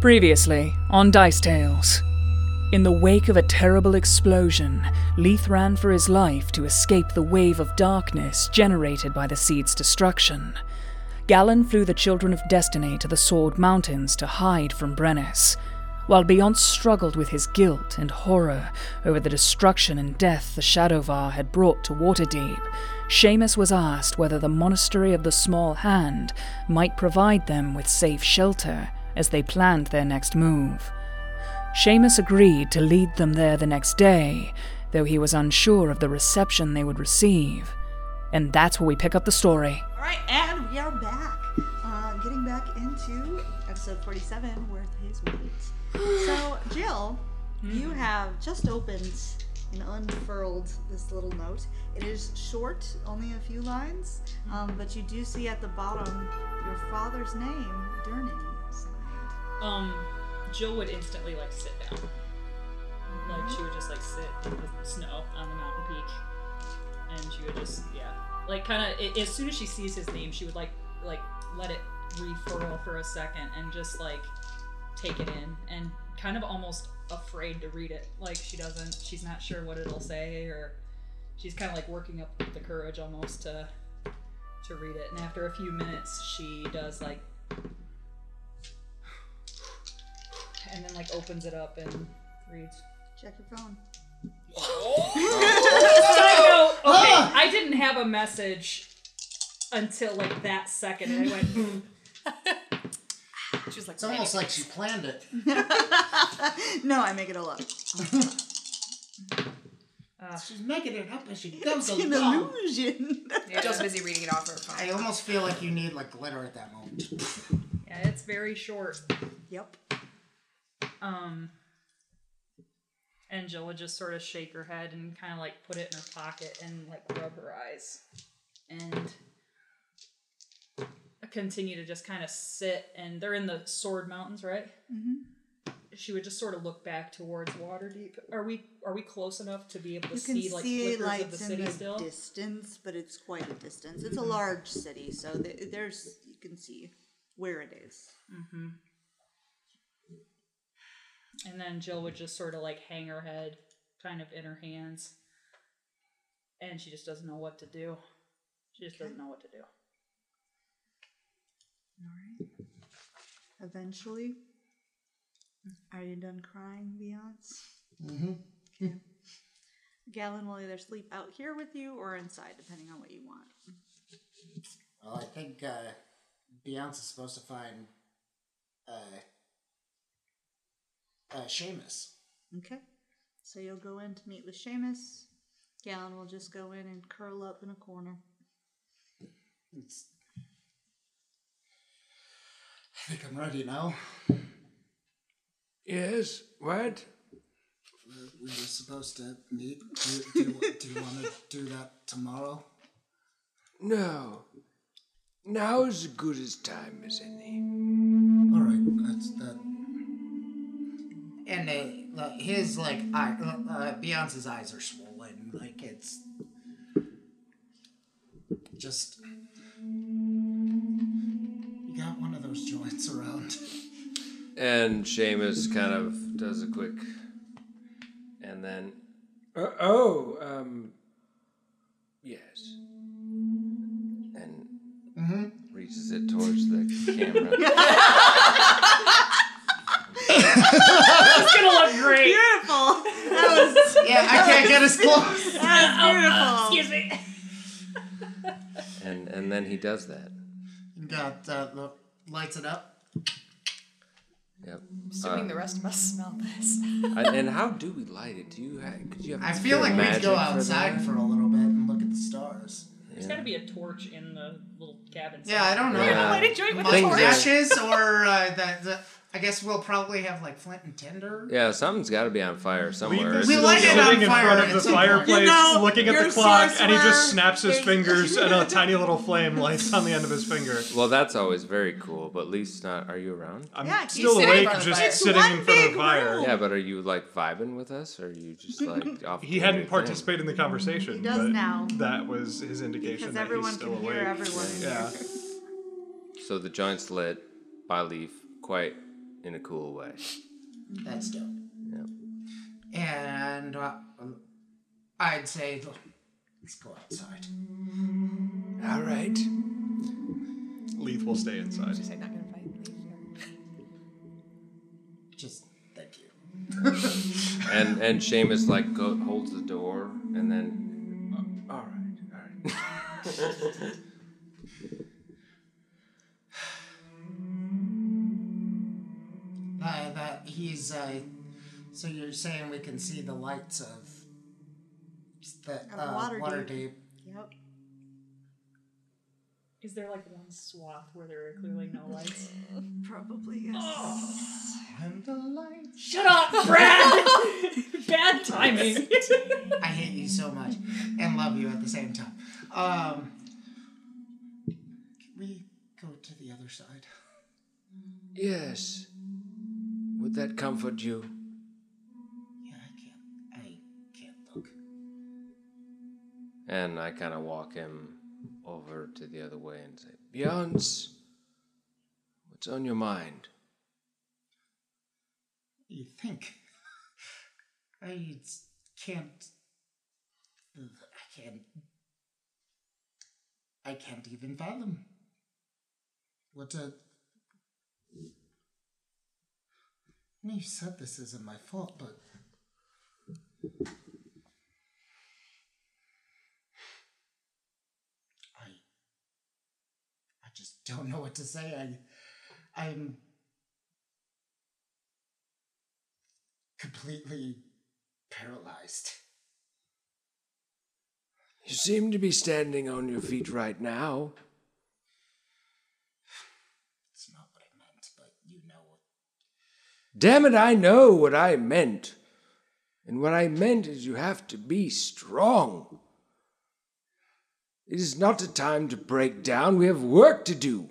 Previously on Dice Tales. In the wake of a terrible explosion, Leith ran for his life to escape the wave of darkness generated by the seed's destruction. Galen flew the Children of Destiny to the Sword Mountains to hide from Brennus, while Beyond struggled with his guilt and horror over the destruction and death the Shadowvar had brought to Waterdeep. Seamus was asked whether the Monastery of the Small Hand might provide them with safe shelter as they planned their next move. Seamus agreed to lead them there the next day, though he was unsure of the reception they would receive. And that's where we pick up the story. All right, and we are back. Uh, getting back into episode 47, Worth His Weight. So, Jill, you have just opened and unfurled this little note. It is short, only a few lines, um, but you do see at the bottom your father's name, Durning. signed. Um, Jill would instantly like sit down. Like she would just like sit in the snow on the mountain peak, and she would just yeah, like kind of as soon as she sees his name, she would like like let it refurl for a second and just like take it in and kind of almost afraid to read it. Like she doesn't, she's not sure what it'll say or she's kind of like working up the courage almost to to read it. And after a few minutes, she does like and then like opens it up and reads. Check your phone. Side note, okay, I didn't have a message until like that second, and I went. "Mm." She was like, "Wait." like she planned it. no, I make it all up. She's making it up as she comes An illusion. Jill's busy reading it off her phone. I almost feel like you need like glitter at that moment. yeah, it's very short. yep. Um, and Jill would just sort of shake her head and kind of like put it in her pocket and like rub her eyes, and continue to just kind of sit. And they're in the Sword Mountains, right? Mm-hmm. She would just sort of look back towards Waterdeep. Are we are we close enough to be able to You can see like see flickers of the lights in city the still? distance, but it's quite a distance. It's a large city, so th- there's you can see where it is. And then Jill would just sort of like hang her head kind of in her hands. And she just doesn't know what to do. She just doesn't know what to do. Eventually, are you done crying, Beyonce? Mm-hmm. Galen will either sleep out here with you or inside, depending on what you want. Well, I think uh, Beyonce's supposed to find uh, uh, Seamus. Okay. So you'll go in to meet with Seamus. Galen will just go in and curl up in a corner. It's... I think I'm ready now. Yes, what? We we were supposed to meet. Do, do, you- do you want to do that tomorrow? No. Now's as good as time as any. All right. That's that. And they, Uh, his like eye, uh, uh, Beyonce's eyes are swollen. Like it's just you got one of those joints around. And Seamus kind of does a quick. And then. Uh, oh, um. Yes. And Mm-hmm. reaches it towards the camera. It's gonna look great! Beautiful! That was Yeah, I can't get as close. that was beautiful. Excuse me. and, and then he does that. Got uh, the lights it up. Yep. assuming the rest of us smell this. and, and how do we light it? Do you have, could you have I feel like we magic would go for that? outside for a little bit and look at the stars. There's gotta be a torch in the little cabin. Yeah, I don't know. Yeah. Uh, Why did join with the Things torch? are- ashes or uh, the, the. I guess we'll probably have like flint and tinder. Yeah, something's got to be on fire somewhere. We It's- light it it's- on Sitting in fire front at of the some point. fireplace, You know, looking at you're the clock, and he sorcerer. just snaps his There's- fingers, and a tiny little flame lights on the end of his finger. Well, that's always very cool, but Lee's not. Are you around? I'm Yeah, he's still sitting in awake, front of the just fire. It's sitting in one front of big the fire. room. Yeah, but are you like vibing with us, or are you just like off? He doing your hadn't thing? participated in the conversation. He does but now. That was his indication Because that he's everyone still can awake. hear everyone. Yeah. So the joint's lit by Leaf, quite in a cool way. That's dope. Yep. And uh, I'd say, look, let's go outside. All right. Leith will stay inside. Just say not gonna fight. leave. Just thank you. And and Seamus like go, holds the door and then All right. All right. Uh, that he's. Uh, so you're saying we can see the lights of the Of uh, Waterdeep. Waterdeep. Yep. Is there like one swath where there are clearly no lights? Probably yes. And the lights. Shut up, Brad! Bad timing. I hate you so much and love you at the same time. Um, can we go to the other side? Yes. Would that comfort you? Yeah, I can't. I can't look. and I kind of walk him over to the other way and say, Beyonce, what's on your mind? You think? I s- can't. Ugh, I can't. I can't even fathom. What a. You said this isn't my fault, but I. I just don't know what to say. I. I'm. completely paralyzed. You seem to be standing on your feet right now. It's not what I meant, but you know what. Damn it, I know what I meant. And what I meant is you have to be strong. It is not a time to break down. We have work to do.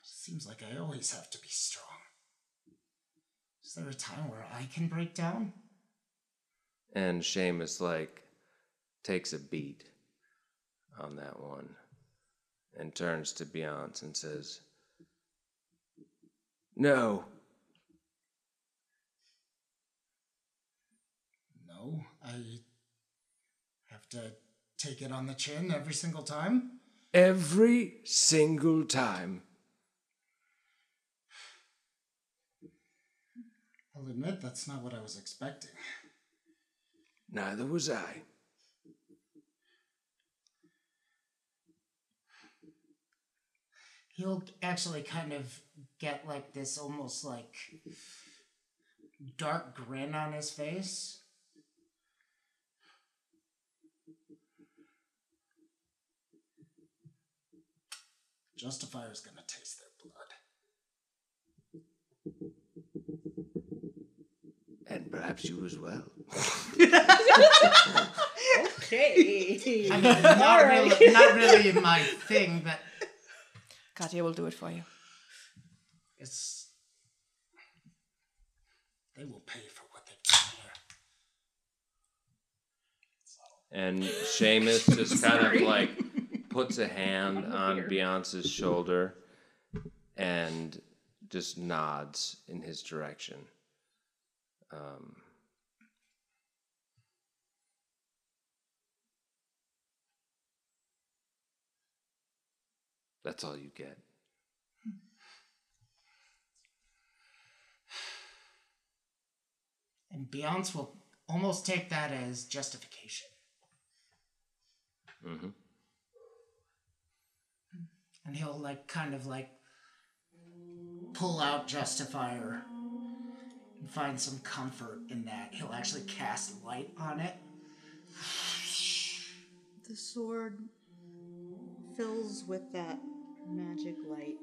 Seems like I always have to be strong. Is there a time where I can break down? And Seamus like takes a beat on that one and turns to Beyonce and says, No, No, I have to take it on the chin every single time. Every single time. I'll admit that's not what I was expecting. Neither was I. He'll actually kind of get like this almost like dark grin on his face. Justifier's gonna taste their blood. And perhaps you as well. I mean, not, really, not really my thing, but Katya will do it for you. it's. They will pay for what they've done And here. Seamus just kind of like puts a hand on Beyonce's shoulder and just nods in his direction. Um, that's all you get. And Beyonce will almost take that as justification. hmm And he'll like kind of like pull out Justifier and find some comfort in that. He'll actually cast light on it. The sword fills with that magic light.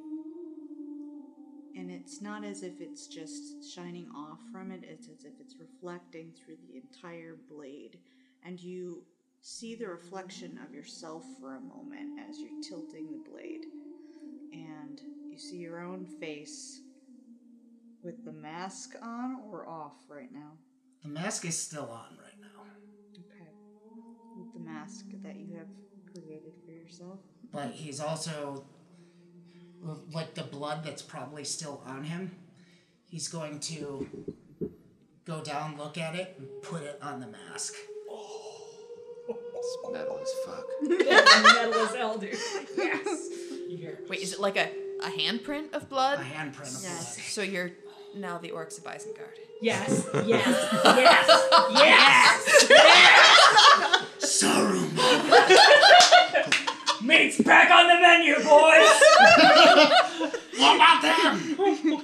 And it's not as if it's just shining off from it, it's as if it's reflecting through the entire blade. And you see the reflection of yourself for a moment as you're tilting the blade. And you see your own face with the mask on or off right now. The mask is still on right now, Okay. With the mask that you have created for yourself. but he's also like the blood that's probably still on him. He's going to go down, look at it, and put it on the mask. It's metal as fuck. Metal as hell, dude. Wait, is it like a, a handprint of blood? A handprint of Yes. blood. So you're now the orcs of Isengard. Yes, yes, yes, yes. Saruman. Meat's back on the menu, boys! What about them?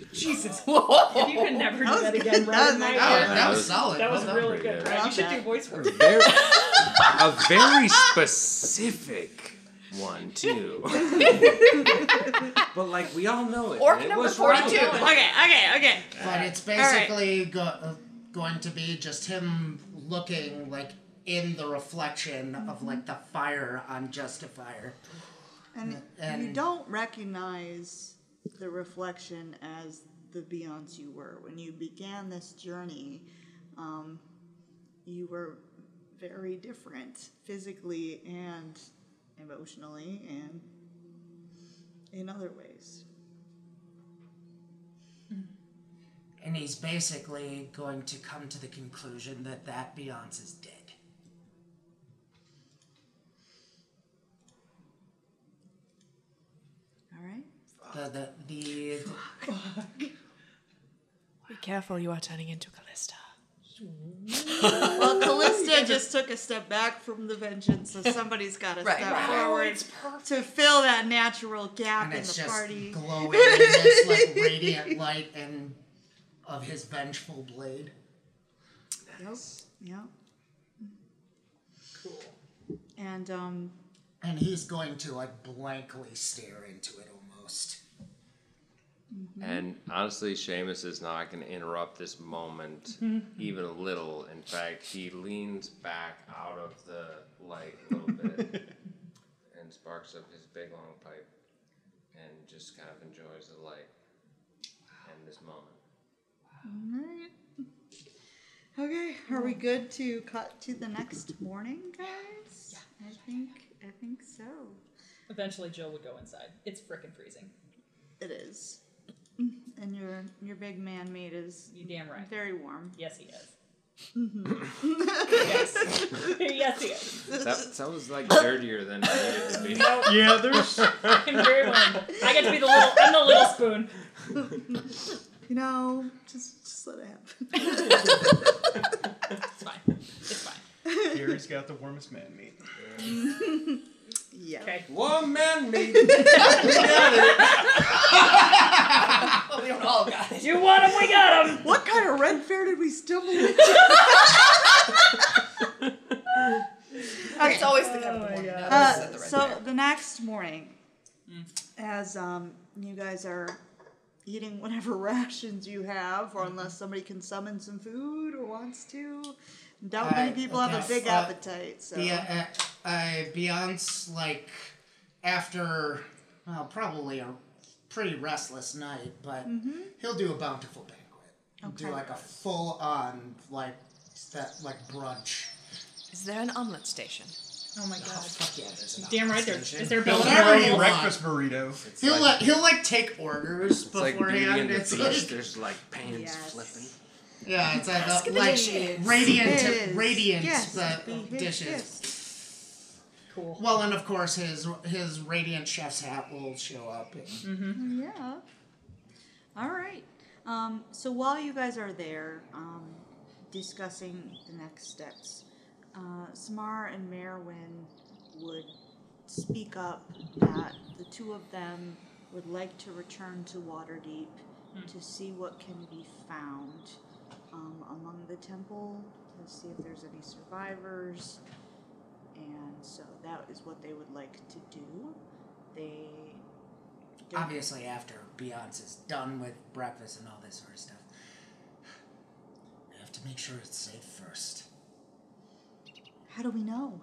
If you could never do was that good. again, That right? was Mike, nice. That, that was was- solid. That was Well done. really good, right? You should do Love voice work. Very, a very specific one too. but like we all know it. Orc and it number was Oh 42. wrong. Okay, okay, okay. But it's basically go, uh, going to be just him looking like in the reflection of like the fire on Justifier. And, you And- don't recognize the reflection as the Beyonce you were. When you began this journey, um, you were very different physically and emotionally and in other ways. And he's basically going to come to the conclusion that that Beyonce is dead. All right? The, the, the, Be careful, you are turning into Callista. Well, Callista just took a step back from the vengeance, so somebody's got to Right, step right. forward to fill that natural gap and in the it's just party. glowing in this like radiant light and of his vengeful blade. Yep. Yep. Cool. And um, And he's going to like blankly stare into it almost. And honestly, Seamus is not going to interrupt this moment even a little. In fact, he leans back out of the light a little bit and sparks up his big long pipe and just kind of enjoys the light and this moment. alright. Okay, are we good to cut to the next morning, guys? Yeah. I think I think so. Eventually, Jill would go inside. It's frickin' freezing. It is. And your your big man mate is You damn right. very warm. Yes, he is. Mm-hmm. yes. yes, he is. That sounds like dirtier than it needed to be. "Oh." Yeah, there's. I'm very warm. I get to be the little. I'm the little spoon. You know, just just let it happen. It's fine. It's fine. Gary's got the warmest man meat. Yeah. Okay. One man meat. We don't all got it. You want him? We got him. What kind of red fair did we stumble into? It's always the kind of one. Uh, so the Mm. next morning, as um, you guys are eating whatever rations you have, or unless somebody can summon some food or wants to, not many Alright, people have a okay. big Uh, appetite. So Yeah, uh, uh, Beyonce, like, after, well, probably a pretty restless night, but he'll do a bountiful banquet. Do Mm-hmm. Okay. like a full on, like, that, like, brunch. Is there an omelet station? Oh my Oh, god. fuck yeah, there's an Damn right there. Is there Bill Bill Murray. Murray? breakfast burrito. He'll, like, he'll, like, take orders It's like Beauty beforehand. and the It's Beast. like, There's like pans Yes. flipping. yeah, it's like, Ask a, him the like, dishes. radiant, His radiant guest, but be his dishes. guest. Cool. Well, and of course, his his radiant chef's hat will show up. And, Yeah. All right. Um, so while you guys are there um, discussing the next steps, uh, Samar and Merwin would speak up that the two of them would like to return to Waterdeep to see what can be found um, among the temple, to see if there's any survivors. And so that is what they would like to do. They don't- obviously after Beyonce's done with breakfast and all this sort of stuff. I have to make sure it's safe first. How do we know?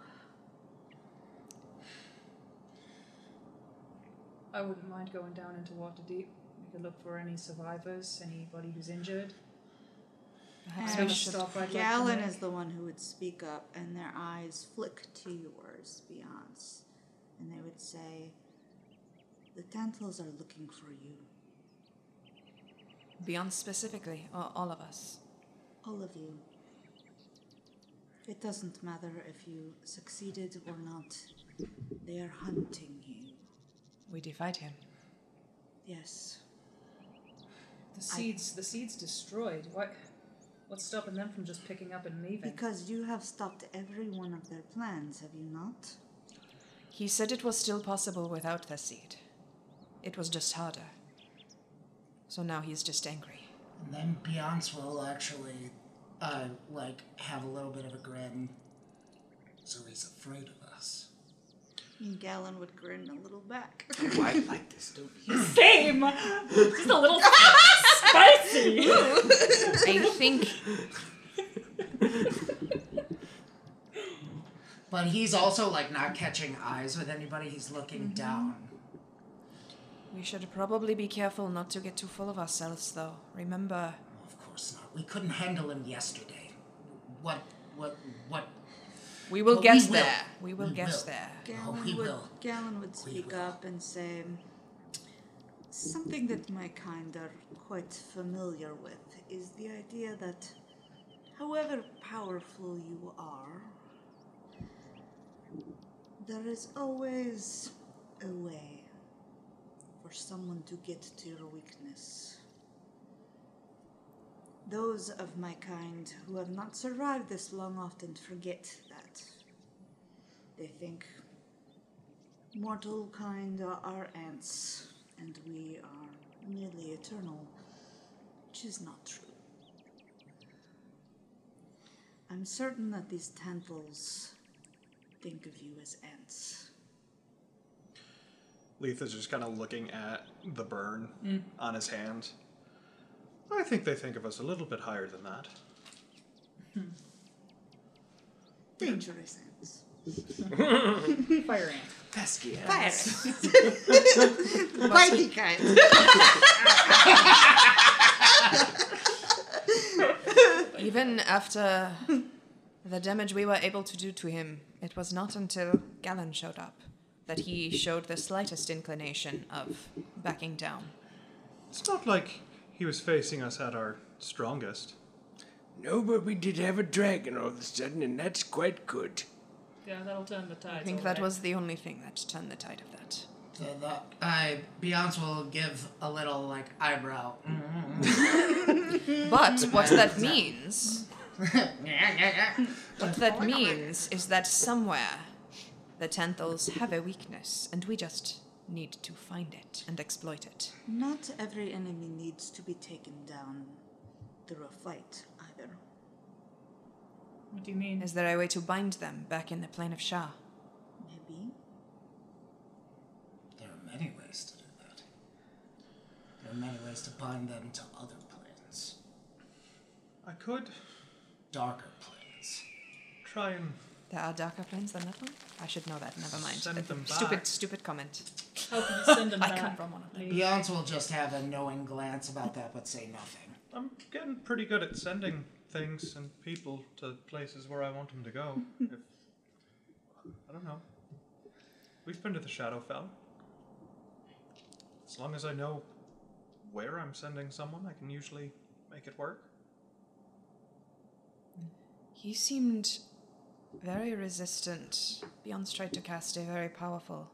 I wouldn't mind going down into Waterdeep. We could look for any survivors, anybody who's injured. Perhaps we should- Galen is the one who would speak up, and their eyes flick to yours, Beyonce, and they would say, The Dantles are looking for you. Beyond specifically, or all of us. All of you. It doesn't matter if you succeeded or not, they are hunting you. We defied him. Yes. The seeds, the seeds destroyed. What? What's stopping them from just picking up and leaving? Because you have stopped every one of their plans, have you not? He said it was still possible without the seed. It was just harder. So now he's just angry. And then Beyonce will actually, uh, like, have a little bit of a grin. So he's afraid of us. And Galen would grin a little back. I like this Same. Just a little spicy. I think But he's also, like, not catching eyes with anybody. He's looking down. We should probably be careful not to get too full of ourselves, though. Remember, Of course not. We couldn't handle him yesterday. What, what, what? we will Well, we get will. there. We will We get will. there. Oh, Galen we would will. Galen would speak up and say something that my kind are quite familiar with is the idea that however powerful you are, there is always a way for someone to get to your weakness. Those of my kind who have not survived this long often forget that. They think mortal kind uh, are our ants, and we are merely eternal, which is not true. I'm certain that these tantals think of you as ants. Leith is just kind of looking at the burn on his hand. I think they think of us a little bit higher than that. Dangerous ants. Fire ant. pesky Fire ass. ants. Bitey kind. Even after the damage we were able to do to him, it was not until Galen showed up that he showed the slightest inclination of backing down. It's not like he was facing us at our strongest. No, but we did have a dragon all of a sudden, and that's quite good. Yeah, that'll turn the Ah, tide. I think that was the only thing that turned the tide of that. So the, uh, Beyonce will give a little, like, eyebrow. But what that means, That's what that means is that somewhere the Tanthals have a weakness, and we just need to find it and exploit it. Not every enemy needs to be taken down through a fight either. What do you mean? Is there a way to bind them back in the plane of Shah? Maybe. There are many ways to do that. There are many ways to bind them to other planes, I could darker planes. try and. There are darker planes than that one? I should know that. Never mind. Send Uh, them stupid, back. stupid comment. How can you send them I back? come from one of them. Beyonce will just have a knowing glance about that, but say nothing. I'm getting pretty good at sending things and people to places where I want them to go. if, I don't know. We've been to the Shadowfell. As long as I know where I'm sending someone, I can usually make it work. He seemed very resistant. Beyond tried to cast a very powerful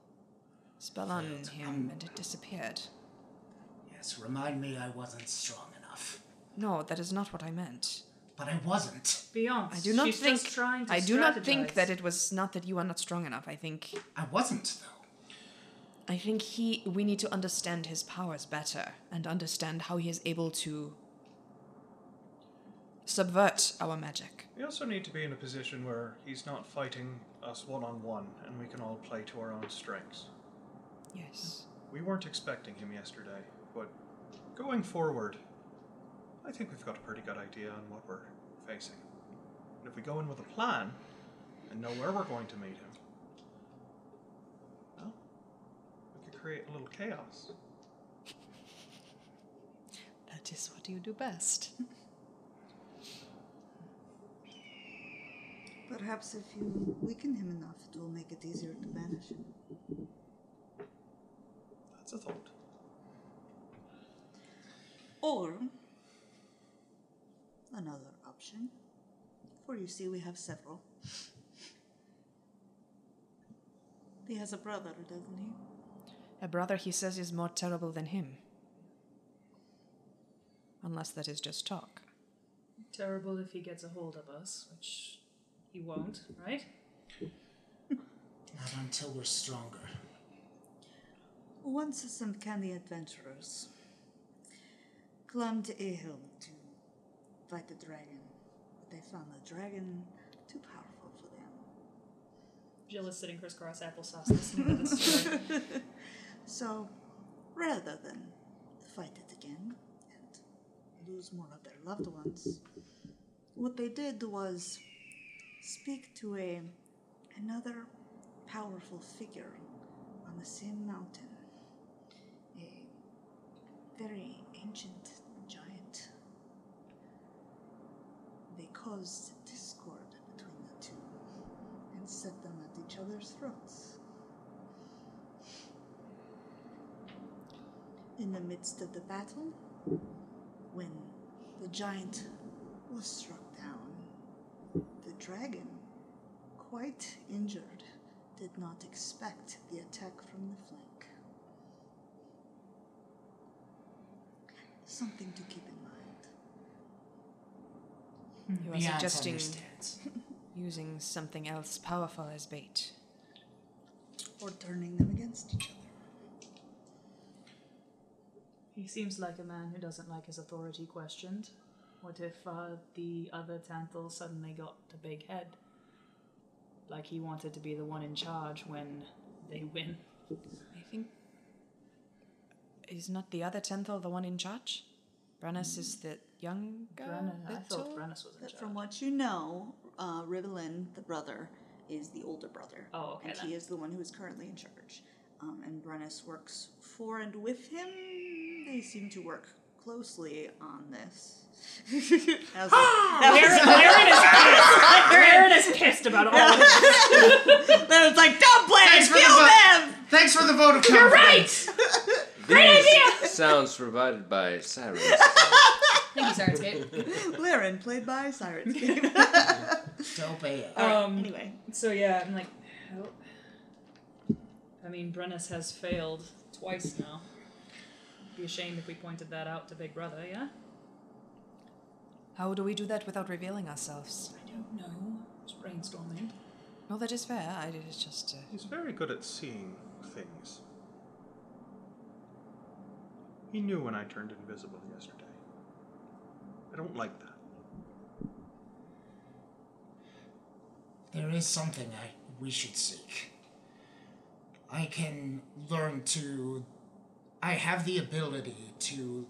spell on him, and it disappeared. Yes, remind me I wasn't strong enough. No, that is not what I meant. But I wasn't. Beyonce. I do not She's think. Just trying to I do not think strategize. that it was not that you are not strong enough. I think. I wasn't, though. I think he. We need to understand his powers better and understand how he is able to subvert our magic. We also need to be in a position where he's not fighting us one on one and we can all play to our own strengths. Yes. We weren't expecting him yesterday, but going forward, I think we've got a pretty good idea on what we're facing. And if we go in with a plan and know where we're going to meet him, well, we could create a little chaos. That is what you do best. Perhaps if you weaken him enough, it will make it easier to banish him. It's a thought. Or another option. For you see, we have several. He has a brother, doesn't he? A brother he says is more terrible than him. Unless that is just talk. Terrible if he gets a hold of us, which he won't, right? Not until we're stronger. Once some canny adventurers climbed a hill to fight a dragon, but they found the dragon too powerful for them. Jill is sitting crisscross applesauce listening to this story. So, rather than fight it again and lose more of their loved ones, what they did was speak to a another powerful figure on the same mountain, a very ancient giant. They caused discord between the two and set them at each other's throats. In the midst of the battle, when the giant was struck down, the dragon, quite injured, did not expect the attack from the flank. Something to keep in mind. You are Beyonce suggesting understands. using something else powerful as bait. Or turning them against each other. He seems like a man who doesn't like his authority questioned. What if uh, the other Tantal suddenly got a big head? Like he wanted to be the one in charge when they win. I think. Is not the other Tenthal the one in charge? Brennus is the young guy? Brennan- I little? thought Brennus was in But charge. from what you know, uh, Rivelin, the brother, is the older brother. Oh, okay And then. he is the one who is currently in charge. Um, and Brennus works for and with him. They seem to work closely on this. As Aaron is pissed about all of this. then it's like, don't blame Thanks it, for the kill vote. them! Thanks for the vote of confidence. You're right. Great idea! Sounds provided by Cyrus. Thank you, Sirens Gate. Laren, played by Cyrus. Gate. Dope AF. Um, anyway, So yeah, I'm like, how? I mean, Brennus has failed twice now. Be ashamed if we pointed that out to Big Brother, yeah? How do we do that without revealing ourselves? I don't know. Just brainstorming. No, that is fair. I did it's just. Uh, He's very good at seeing things. He knew when I turned invisible yesterday. I don't like that. There is something I we should seek. I can learn to I have the ability to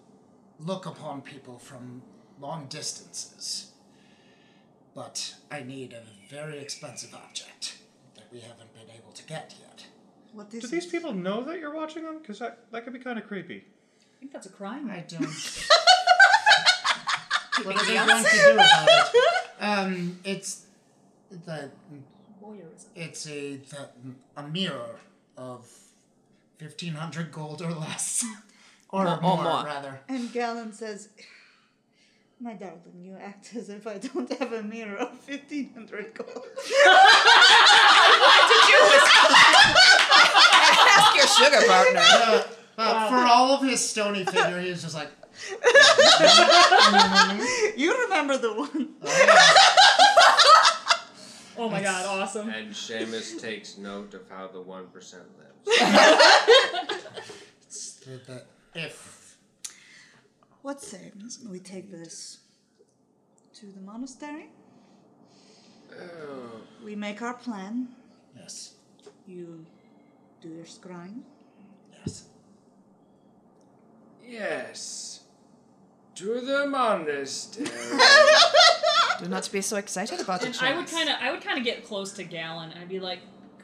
look upon people from long distances. But I need a very expensive object that we haven't been able to get yet. what Do is these it? people know that you're watching them? Because that, that could be kind of creepy. I think that's a crime. I don't. what are they going to do about it? Um, it's the Voyeurism. it's a the, a mirror of fifteen hundred gold or less, or Or more, more. rather. And Galen says, My darling, you act as if I don't have a mirror of 1500 gold. Ask your sugar partner. Uh, uh, for all of his stony figure, he was just like, you remember the one. Oh my god, awesome. And Seamus takes note of how the 1% lives. "Did that- if What say we take this to the monastery? We make our plan. yes, You do your scrying. yes, Yes. To the monastery. Do not be so excited about And it. I would kind of, I would kind of get close to Gallon and I'd be like,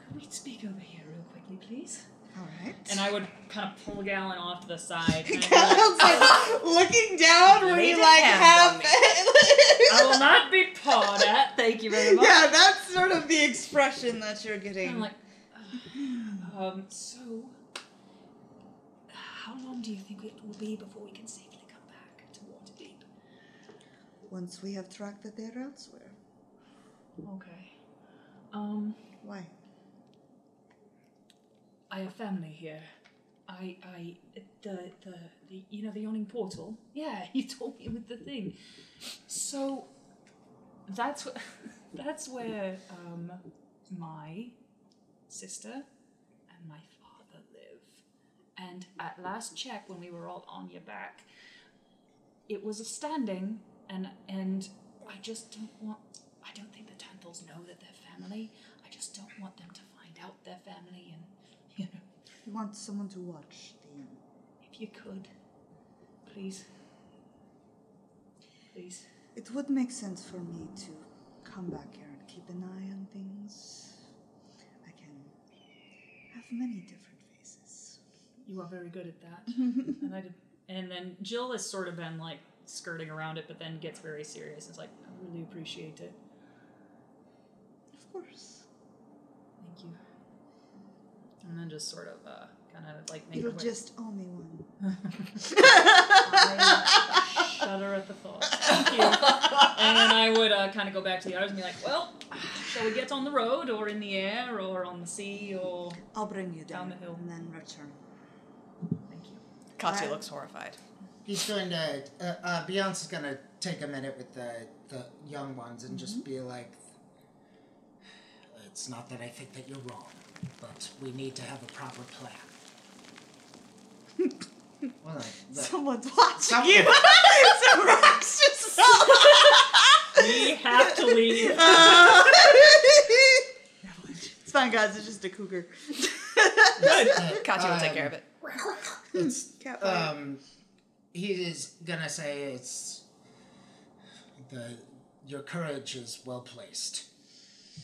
"Could we speak over here real quickly, please?" All right. And I would kind of pull Gallon off to the side. And I'd be like, Galen's like looking down when Laid you a like hand have. on I will not be pawed at. Thank you very much. yeah, that's sort of the expression that you're And getting. I'm like, um, so How long do you think it will be before we can safely come back to Waterdeep? Once we have tracked that they're elsewhere. Okay. Um. Why? I have family here. I, I, the, the, the, you know, the yawning portal. Yeah, you told me with the thing. So, that's what, that's where um, my sister and my father live. And at last check, when we were all on your back, it was a standing, and and I just don't want. I don't think the Tanthals know that they're family. I just don't want them to find out they're family and You want someone to watch the. If you could, please. Please. It would make sense for me to come back here and keep an eye on things. I can have many different faces. You are very good at that. and I did. And then Jill has sort of been like skirting around it, but then gets very serious. It's like I really appreciate it. Of course. Thank you. And then just sort of uh, kind of like make You'll her way- just owe me one. I shudder at the thought. Thank you. And then I would uh, kind of go back to the others and be like, well, shall we get on the road or in the air or on the sea or I'll bring you down, down the hill? and then return. Thank you. Katya I- looks horrified. He's going to. Uh, uh, Beyonce's going to take a minute with the, the young ones and just be like, it's not that I think that you're wrong, but we need to have a proper plan. well, I- that- Someone's watching Some- you. it's a rock's just We have to leave. Uh, it's fine, guys. It's just a cougar. Katya will take care of it. it's Cat uh, fight. um he is gonna say it's the your courage is well placed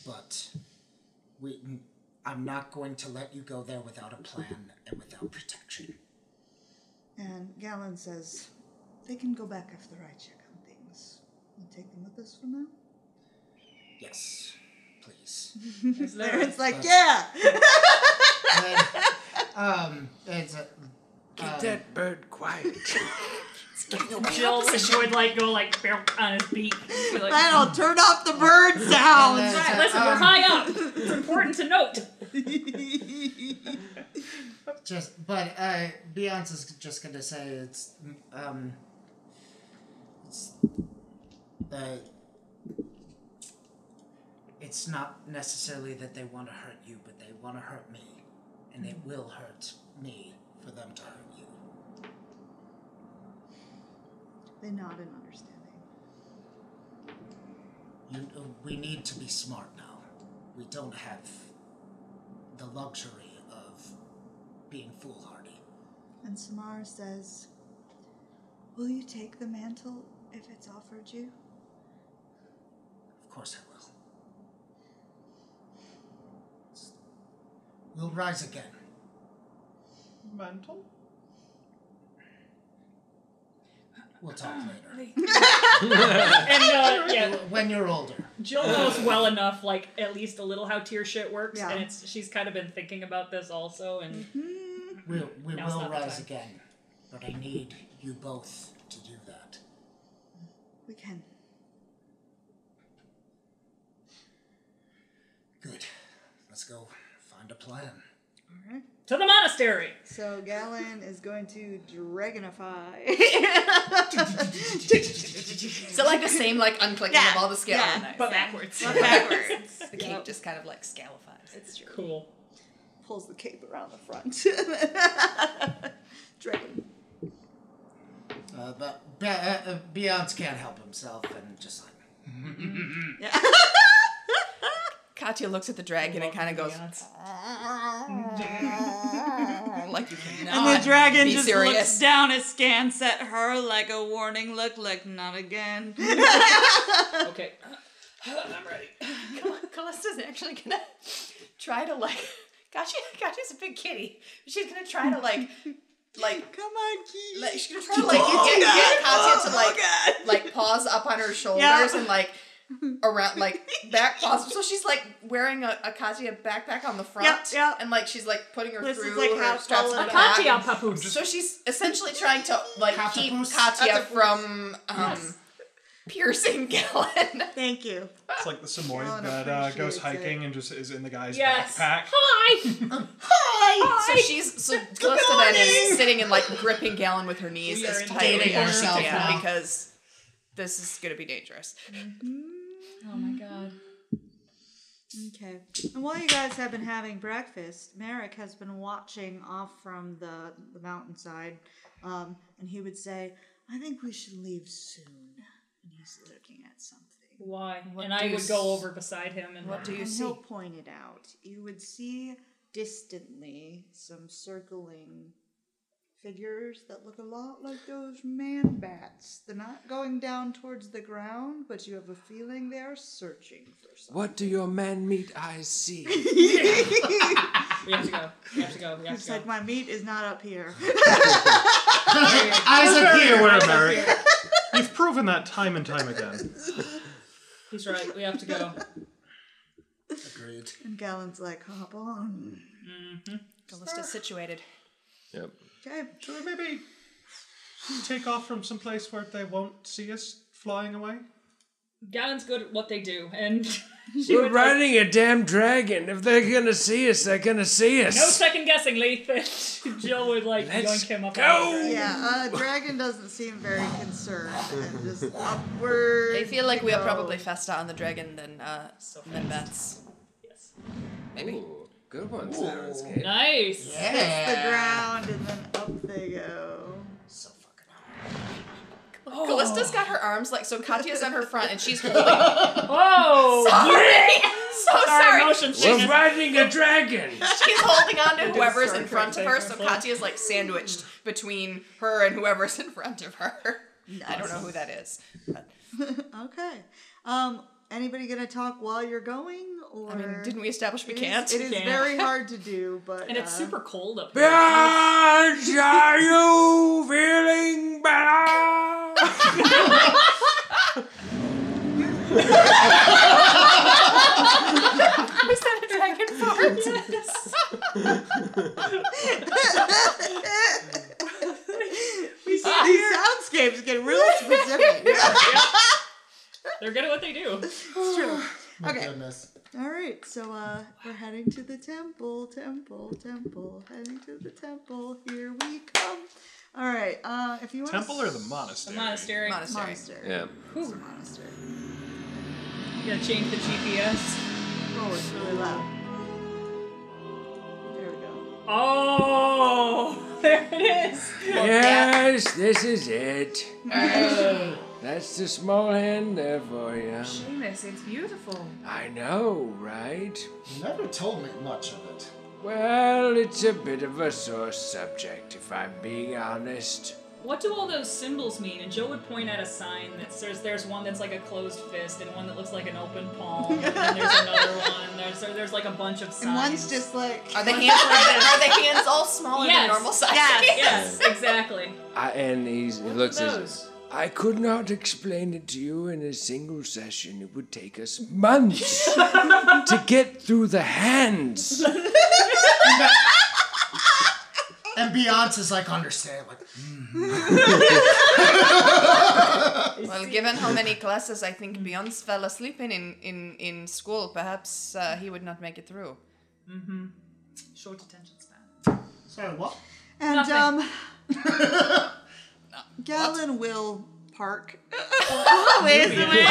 but we i'm not going to let you go there without a plan and without protection And Galen says they can go back after I check on things. We'll take them with us for now. yes please Is there- It's like, yeah. And then, um it's a, Get um, that bird quiet. Jill would like go like barrel on his beak. Be like, I don't turn off the bird sounds. And "All Oh, right, listen, we're high Um, up. It's important to note. just but uh beyonce's just gonna say it's um it's uh, it's not necessarily that they want to hurt you but they want to hurt me and Mm-hmm. it will hurt me for them to hurt you They nod in understanding. you uh, we need to be smart now we don't have the luxury of being foolhardy And Samar says, Will you take the mantle if it's offered you? Of course I will. We'll rise again. Mental? We'll talk Ah. later. And uh, yeah, When you're older. Jill knows well enough, like at least a little how tear shit works, Yeah. and it's she's kind of been thinking about this also, and We'll, we Now's will not the rise time. again. But I need you both to do that. We can. Good. Let's go find a plan. All right. to the monastery. So Galen is going to dragonify. Is it like the same like unclicking Yeah, of all the scale? yeah. Nice. But backwards. But backwards. the cape Yep. just kind of like scalifies. It's true. Cool. Pulls the cape around the front. Dragon. Uh, but Be- uh, uh, Beyonce can't help himself and just like. Yeah. Katya looks at the dragon and kind of goes "Mm." like you And cannot. the dragon be just serious. looks down askance at her like a warning look, like not again. Okay. I'm ready. Callista's actually gonna try to like. Katya, Katya's a big kitty. She's gonna try to like, like Come on, Keith. Like, Oh, she's gonna try to like you get, get Katya to like like paws up on her shoulders and like around like back positive. So she's like wearing a, a Katia backpack on the front. And like she's like putting her This is, through like, her how straps solid on the a back. Katia So she's essentially trying to like keep Katya Octopus. from um, piercing Galen. Thank you. It's like the Samoy Alan that uh, goes appreciates hiking and just is in the guy's Yes. backpack. Hi. Hi. So she's so Glistadine is sitting and like gripping Galen with her knees We are as tightly dating as she ourselves can now. because this is gonna be dangerous. Oh my god. Okay. And while you guys have been having breakfast, Merrick has been watching off from the, the mountainside, um, and he would say, I think we should leave soon. And he's looking at something. Why? What and do I you would s- go over beside him and like, and He'll point it out. You would see distantly some circling figures that look a lot like those man bats. They're not going down towards the ground, but you have a feeling they are searching for something. What do your man meat eyes see? We have to go. We have to go. We have It's to go. like my meat is not up here. Eyes up here, aware, Eyes up Merrick. here. You've proven that time and time again. He's right. We have to go. Agreed. and Galen's like, hop on. Callista's situated. Yep. Okay. Should we maybe take off from some place where they won't see us flying away? Galen's good at what they do, and she We're would, like, riding a damn dragon. If they're gonna see us, they're gonna see us. no second guessing, Leith. Jill would like Let's yoink him up. go! on the dragon. Yeah, uh, Dragon doesn't seem very concerned. And just upward. I feel like you we are go. probably faster on the dragon than uh than bats. Yes. Maybe. Ooh, good one, Sirens Kate. Nice. hits the ground and then up they go. So fucking Callista's got her arms like so Katya's on her front and she's holding Whoa! Sorry! so Sorry, sorry. motion We're riding a dragon. She's holding on to did whoever's in circle front of thing her, with so it. Katya's like sandwiched between her and whoever's in front of her. I don't know who that is. but- Okay. Um, anybody gonna talk while you're going? Or I mean, didn't we establish we It is- can't? It is Can't. very hard to do, but And it's uh, super cold up here. Bitch, are you feeling better? Is that a dragon fart? these, these soundscapes get really specific. They're good at what they do. It's true. My Okay. goodness. All right, so uh, we're heading to the temple, temple, temple, heading to the temple. Here we come. All right, uh, if you want Temple or the monastery? Monastery. Monastery. monastery, Yeah. it's a monastery. You gotta change the GPS. Oh, it's really loud. There we go. Oh, there it is. yes, this is it. That's the small hand there for you. Seamus, it's beautiful. I know, right? You never told me much of it. Well, it's a bit of a sore subject, if I'm being honest. What do all those symbols mean? And Joe would point at a sign that says there's one that's like a closed fist and one that looks like an open palm. And then there's another one. There's there- there's like a bunch of signs. And one's just like Uh, Are the hands like that? Are the hands all smaller Yes. than normal size? yes, exactly. I, and he's, he What are looks as those? I could not explain it to you in a single session. It would take us months to get through the hands. And Beyonce's like, understand. Like, Well, given how many classes I think Beyonce fell asleep in in, in, in school, perhaps uh, he would not make it through. Short attention span. sorry, what? and nothing. um. Galen will park. ways away.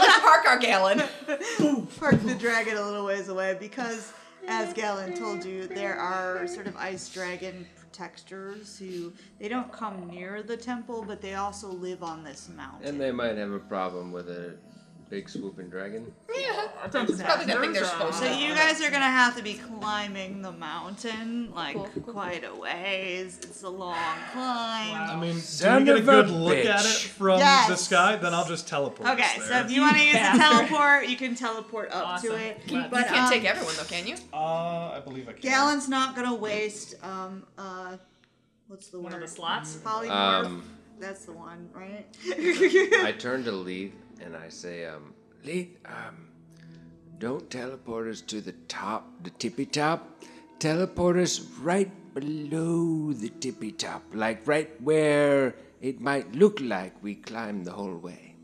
Let's park our gallon. Park the dragon a little ways away because, as Galen told you, there are sort of ice dragon protectors who they don't come near the temple, but they also live on this mountain. And they might have a problem with a big swooping dragon. It's probably nothing they're supposed So to. you guys are gonna have to be climbing the mountain like quite a ways. It's a long climb. I mean, do Son we get a of good a look at it bitch. from Yes. the sky? Then I'll just teleport. us Okay, so there. if you want to use the teleport, you can teleport up to Awesome. it. Can- but you can't um, take everyone though, can you? uh, I believe I can. Galen's not gonna waste um uh, what's the One word? of the slots. Polymorph. Um, That's the one, right? I turn to Leith and I say, um, Leith, um, don't teleport us to the top, the tippy top. Teleport us right below the tippy top, like right where it might look like we climbed the whole way.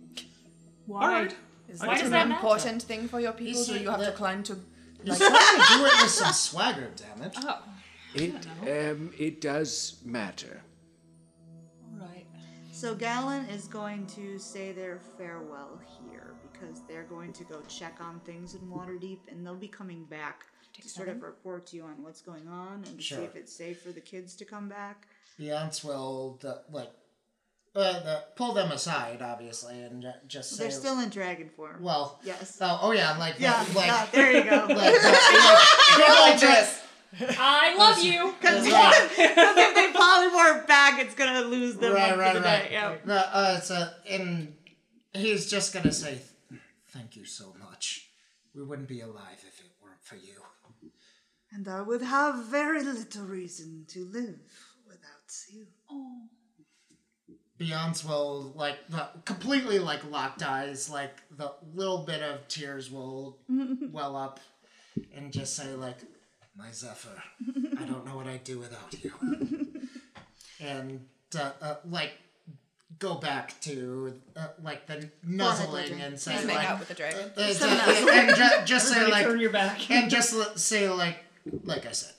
Why? Is I that can an do that. important thing for your people? You Do see, you have to the- climb to? He's trying to do it with some swagger, damn it. Oh, It, um, it does matter. right. So Galen is going to say their farewell here because they're going to go check on things in Waterdeep and they'll be coming back to sort of report to you on what's going on and to see Sure. if it's safe for the kids to come back. Beyonce will the, like uh, the, pull them aside, obviously, and ju- just say They're still in dragon form. Well, yes. Oh, oh yeah, like the- yeah, like- yeah, there you go. like, like, They're like like this. this. I love you. Because if they follow more back, it's gonna lose them right, for right, the right. day. Yeah. No, uh, so, and he's just gonna say, "Thank you so much. We wouldn't be alive if it weren't for you." And I would have very little reason to live without you. Oh. Beyonce will like uh, completely like locked eyes, like the little bit of tears will well up, and just say like, "My Zephyr, I don't know what I'd do without you," and uh, uh, like go back to uh, like the nuzzling legend. and say Please make like, out with the dragon. uh, uh, Someone uh, else. and ju- just say Everybody like turn your back. and just l- say like like I said,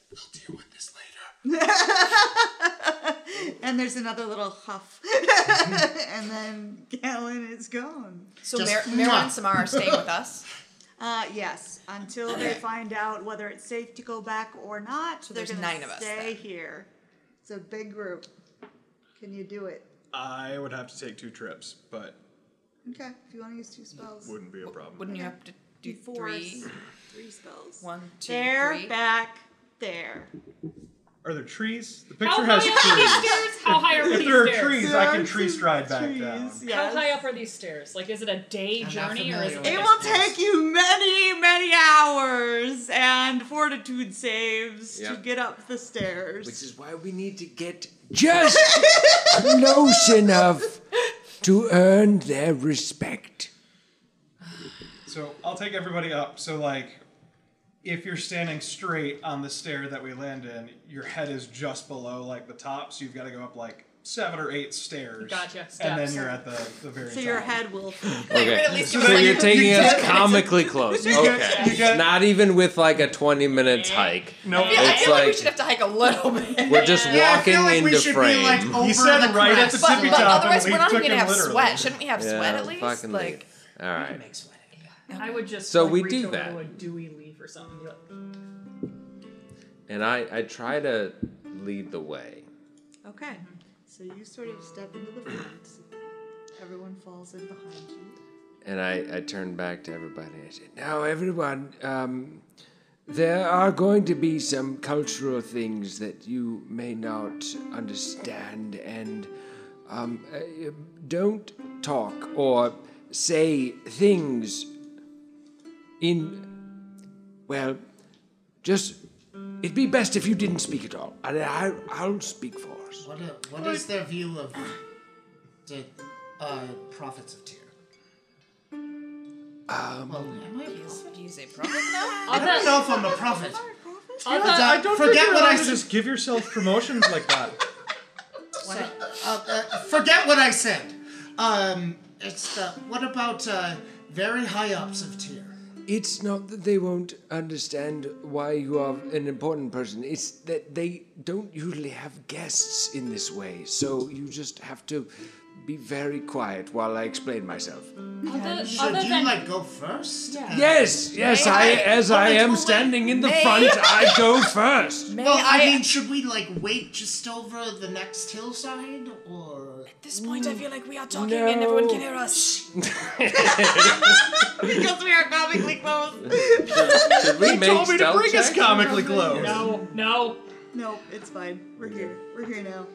and there's another little huff. and then Galen is gone. So Just- Mer- Meryl and Samara are staying with us? Uh, yes, until they find out whether it's safe to go back or not. So they're there's gonna nine of us Stay here. It's a big group. Can you do it? I would have to take two trips, but Okay, if you want to use two spells. wouldn't be a problem. Wouldn't you have to do Four three? s- Three spells. One, two, there, three. back, there. Are there trees? The How picture high up has are these trees. stairs? How high are if these there are stairs? trees, I can tree stride back down. How high up are these stairs? Like, is it a day journey or is it? It will take you many, many hours and fortitude saves to Yep. get up the stairs. Which is why we need to get just close enough to earn their respect. So I'll take everybody up. So like, if you're standing straight on the stair that we land in, your head is just below like the top, so you've got to go up like seven or eight stairs. Gotcha. And then Steps. you're at the, the very so top. your head will. Okay. least So, you're like- you're taking you us get- comically close. You get- Okay. you get- Not even with like a 20 minutes hike. No. I feel, I It's feel like, we like should have to hike a little bit. we're just walking into frame. He said right at the But, tippy but top, and otherwise, we we're not took going to him have literally. sweat. Shouldn't we have Yeah, sweat at least? fucking like, leave. All right. I would just. So like, we reach do over that. To a dewy leaf or something. and be like, And I, I try to lead the way. Okay, so you sort of step into the front. Everyone falls in behind you. And I, I turned back to everybody. I said, Now, everyone, um, there are going to be some cultural things that you may not understand, and um, uh, don't talk or say things in. Well, just. It'd be best if you didn't speak at all. And I, I'll speak for us. What, uh, what is their view of the uh, prophets of Tyr? Um, Well, am I a prophet? He's a prophet now? I don't know if I'm a prophet. Other- But, uh, I forget don't think you're what allowed I to said. just give yourself promotions like that. Uh, uh, forget what I said. Um, it's the, what about uh, very high ups of Tyr? It's not that they won't understand why you are an important person. It's that they don't usually have guests in this way. So you just have to be very quiet while I explain myself. Other, Should other you than like go first? Yeah. Yes, yes, I as I am standing in the front, I go first. Well, I, I- mean, should we like wait just over the next hillside, or At this point, I feel like we are talking No. and everyone can hear us. because we are comically close. Should we make told me to stealth bring us check? comically close. no, no. no, it's fine. We're here. We're here now.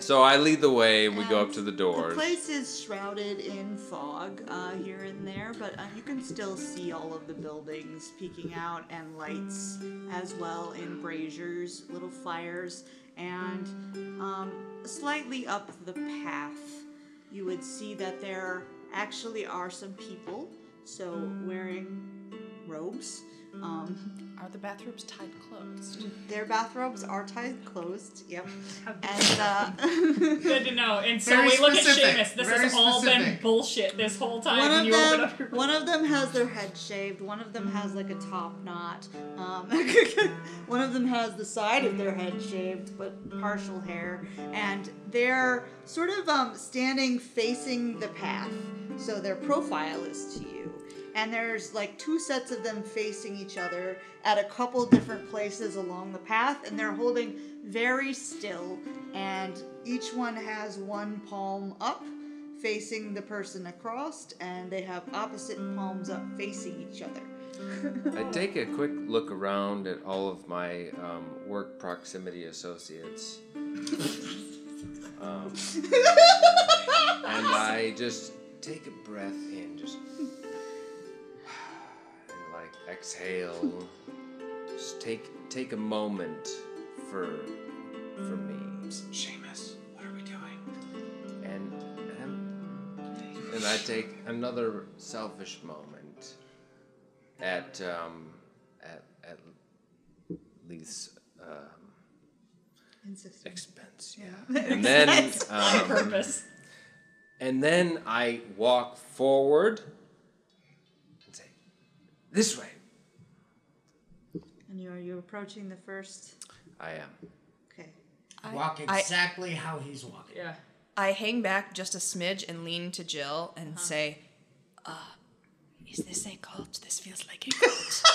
So I lead the way. We go up to the The doors. place is shrouded in fog uh, here and there, but uh, you can still see all of the buildings peeking out and lights as well in braziers, little fires, and um, slightly up the path, you would see that there actually are some people, so wearing robes. Um, are the bathrobes tied closed? Their bathrobes are tied closed. Yep. And uh, Good to know. And so Very we look specific. at Seamus. This Very has all been specific. bullshit this whole time. one when of you open them, up one of them has their head shaved. One of them has like a top knot. Um, one of them has the side of their head shaved, but partial hair. And they're sort of um, standing facing the path, so their profile is to you. And there's like two sets of them facing each other at a couple different places along the path, and they're holding very still. And each one has one palm up facing the person across, and they have opposite palms up facing each other. I take a quick look around at all of my um, work proximity associates. um, and I just take a breath in, just and like exhale. Just take take a moment for for me. Seamus, what are we doing? And I'm, and I take another selfish moment at um, at at Leith's um, expense. Yeah, and then Expense on um, purpose. And then I walk forward and say, "This way." And you are you approaching the first? I am. Okay. Walk I- exactly how he's walking. Yeah. I hang back just a smidge and lean to Jill and Uh-huh. say, "Uh, Is this a cult? This feels like a cult.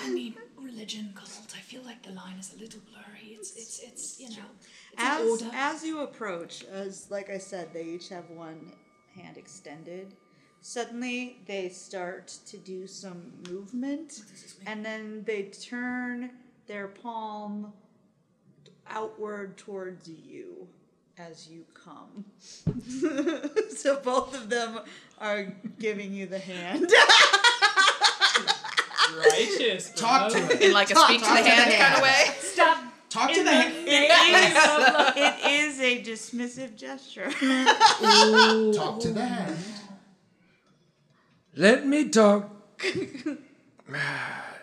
I mean, religion cult. I feel like the line is a little blurry. It's it's it's you know, it's an As order. as you approach, as like I said, they each have one hand extended. Suddenly, they start to do some movement, and then they turn their palm outward towards you as you come. so both of them are giving you the hand. Righteous. Talk to it. In like a Talk- speak to talk the to the hand kind hand. of way. Stop. Talk to in the hand. It is, it is a dismissive gesture. Talk to the hand. Let me talk.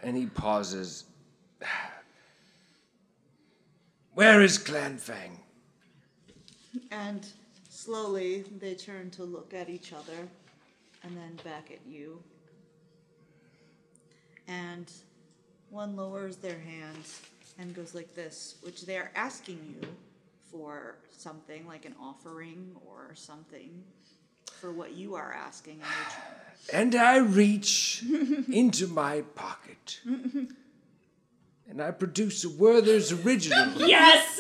and he pauses. Where is Clan Fang? And slowly they turn to look at each other and then back at you. And one lowers their hand and goes like this, which they are asking you for something like an offering or something for what you are asking in return. And I reach into my pocket. and I produce a Werther's original, Yes.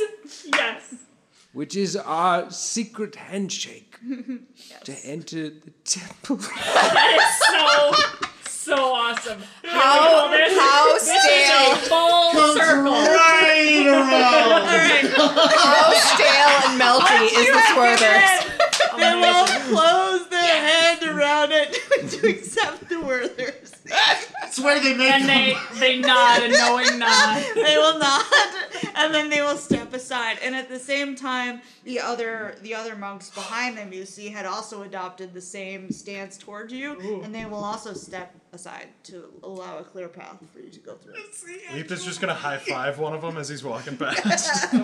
Yes. which is our secret handshake to enter the temple. That is so so awesome. Here we go. This- How this is stale, a full circle. Right around. how stale and melty is this Werther? They will close their hand around it to accept the Werthers. That's where they make And they they nod and knowing nod. they will nod, and then they will step aside. And at the same time, the other the other monks behind them, you see, had also adopted the same stance toward you, and they will also step aside to allow a clear path for you to go through. Leith is just gonna high five one of them as he's walking past. if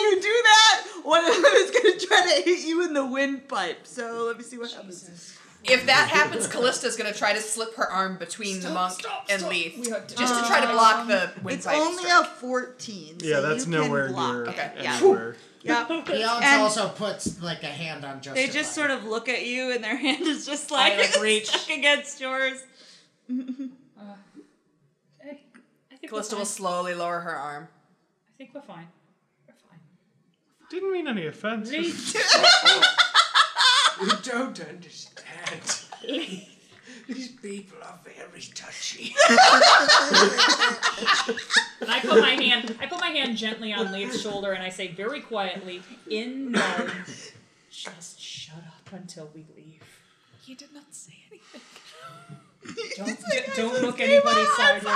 you do that, one of them is going to try to hit you in the windpipe. So let me see what happens. If that happens, Callista's gonna try to slip her arm between the monk and Leaf, just to try to block the It's windpipe. only strike. a fourteen. so yeah, that's you can nowhere block near it. Okay, yeah. anywhere. Yep. He And- also puts like a hand on Justin. They just sort of look at you, and their hand is just like, like, reach. stuck against yours. I think Callista we're will fine. slowly lower her arm. I think we're fine. We're fine. Didn't mean any offense. Leith, you don't understand. These people are very touchy. And I put my hand I put my hand gently on Leith's shoulder and I say very quietly, in no just shut up until we leave. He did not say anything. Don't don't look anybody sideways.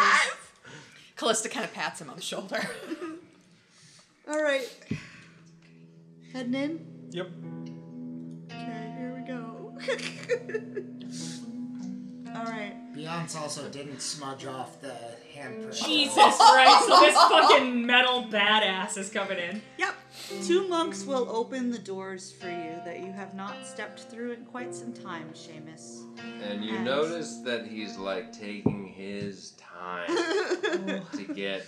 Callista kind of pats him on the shoulder. All right. Heading in. Yep. Okay. All right. Beyonce also didn't smudge off the handprint. Jesus Christ! So this fucking metal badass is coming in. Yep. Two monks will open the doors for you that you have not stepped through in quite some time, Seamus. And you notice that he's like taking his time to get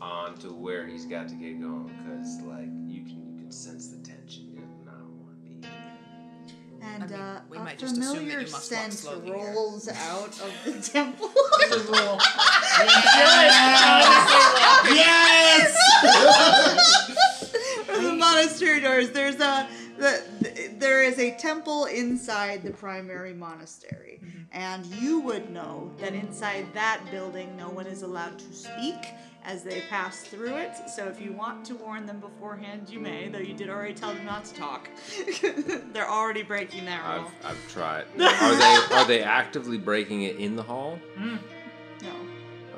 on to where he's got to get going because like you can you can sense the tension. You know, And uh, we a might just assume that familiar you must walk scent slowly here. rolls out of the temple. Yes! From the monastery doors, there's a the, th- there is a temple inside the primary monastery, and you would know that inside that building, no one is allowed to speak as they pass through it. So if you want to warn them beforehand, you may. Though you did already tell them not to talk. They're already breaking that I've rule. I've tried. Are they are they actively breaking it in the hall? No.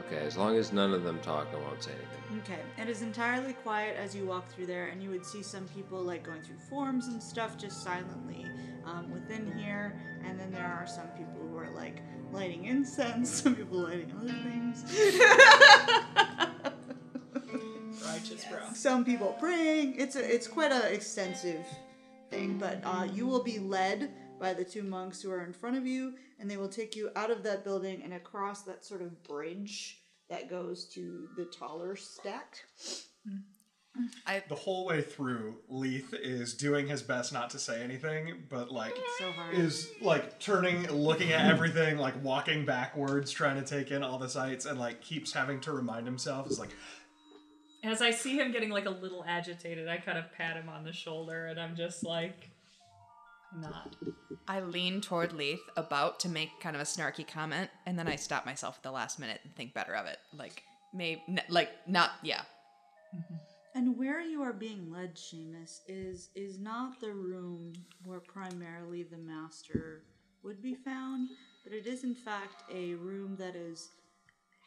Okay, as long as none of them talk, I won't say anything. Okay. It is entirely quiet as you walk through there, and you would see some people like going through forms and stuff just silently um, within here. And then there are some people who are like lighting incense, some people lighting other things, Righteous bro. some people praying. It's a, it's quite a extensive thing, but uh, you will be led by the two monks who are in front of you, and they will take you out of that building and across that sort of bridge that goes to the taller stack. The whole way through, Leith is doing his best not to say anything, but like So hard. is like turning, looking at everything, like walking backwards, trying to take in all the sights, and like keeps having to remind himself. It's like As I see him getting like a little agitated, I kind of pat him on the shoulder, and I'm just like, not. I lean toward Leith, about to make kind of a snarky comment, and then I stop myself at the last minute and think better of it. Like, maybe, like, not, yeah. And where you are being led, Seamus, is is not the room where primarily the master would be found, but it is in fact a room that is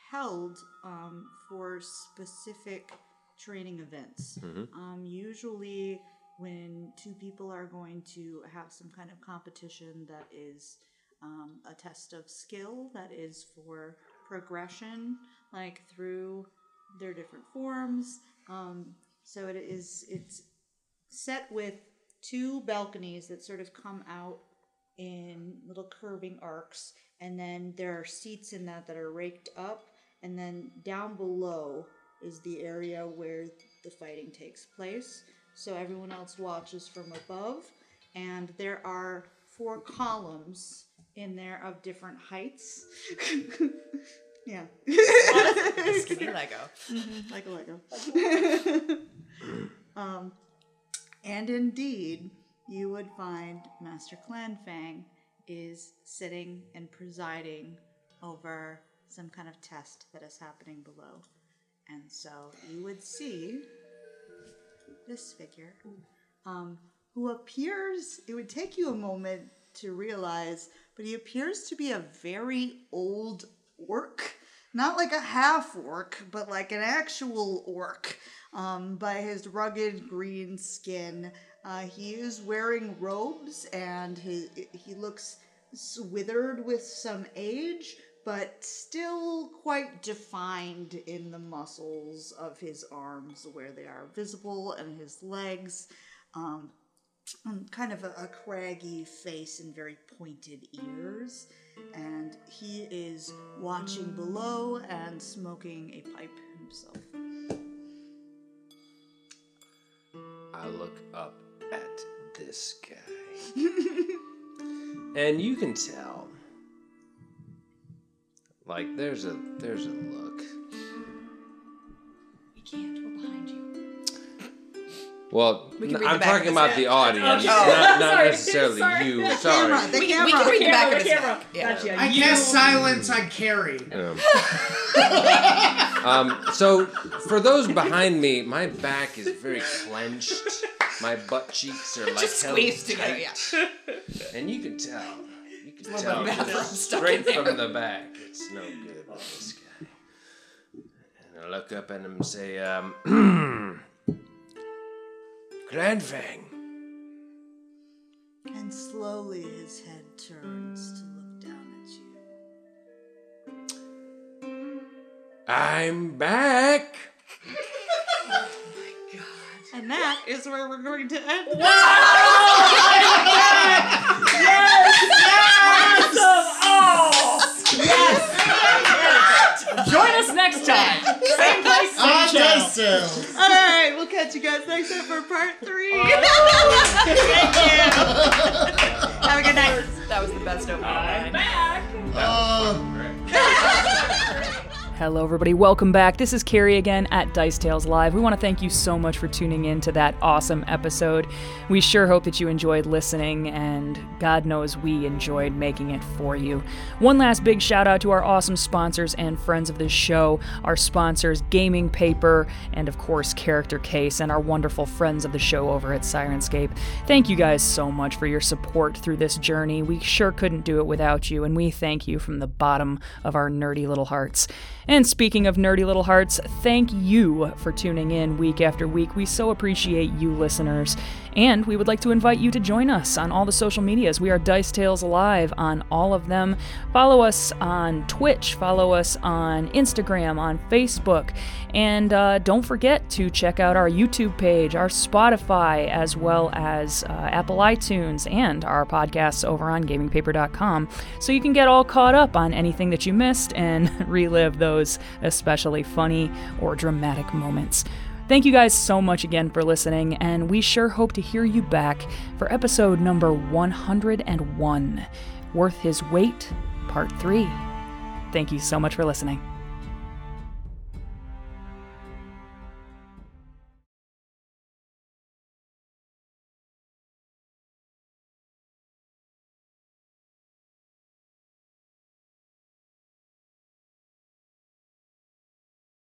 held um, for specific training events. Um, usually, when two people are going to have some kind of competition that is um, a test of skill, that is for progression, like through their different forms. Um, so it is it's set with two balconies that sort of come out in little curving arcs, and then there are seats in that that are raked up, and then down below is the area where the fighting takes place. So everyone else watches from above, and there are four columns in there of different heights. yeah. Skinny Lego. like oh. a Lego. um, and indeed, you would find Master Clanfang is sitting and presiding over some kind of test that is happening below. And so you would see this figure, um, who appears, it would take you a moment to realize, but he appears to be a very old orc. Not like a half orc, but like an actual orc. Um, by his rugged green skin, uh, he is wearing robes and he, he looks s- withered with some age, but still quite defined in the muscles of his arms where they are visible and his legs. Um, um, kind of a, a craggy face and very pointed ears. And he is watching below and smoking a pipe himself. I look up at this guy. and you can tell. Like there's a there's a look. We can't. We're behind Oh, you. Well, We can n- read I'm the Oh, back of talking his about neck. the audience, Okay. not, not Sorry, necessarily sorry. you. The Sorry. Camera, the We, we camera. can read the back Camera, of his camera. neck. Yeah. Gotcha. I you- cast silence on Carrie. Um, um, so, for those behind me, my back is very clenched. My butt cheeks are like held Squeezed together, tight. yeah. and you can tell. You can Love tell that just bathroom stuck in straight there. from the back. It's no good with this guy. And I look up at him and say, um, Grandfang, And And slowly his head turns to look down at you. I'm back. And that is where we're going to end. Wow! Join us next time. Same place, same Oh, On channel. Dice All right, we'll catch you guys next time for part three. Thank you. Have a good night. That was the best opening. line. Hello, everybody. Welcome back. This is Carrie again at Dice Tales Live. We want to thank you so much for tuning in to that awesome episode. We sure hope that you enjoyed listening, and God knows we enjoyed making it for you. One last big shout out to our awesome sponsors and friends of this show our sponsors, Gaming Paper, and of course, Character Case, and our wonderful friends of the show over at Sirenscape. Thank you guys so much for your support through this journey. We sure couldn't do it without you, and we thank you from the bottom of our nerdy little hearts. And speaking of nerdy little hearts, thank you for tuning in week after week. We so appreciate you listeners. And we would like to invite you to join us on all the social medias. We are Dice Tales Live on all of them. Follow us on Twitch, follow us on Instagram, on Facebook. And uh, don't forget to check out our YouTube page, our Spotify, as well as uh, Apple iTunes, and our podcasts over on gamingpaper.com. So you can get all caught up on anything that you missed and relive those especially funny or dramatic moments. Thank you guys so much again for listening, and we sure hope to hear you back for episode number 101 Worth His Weight, Part 3. Thank you so much for listening.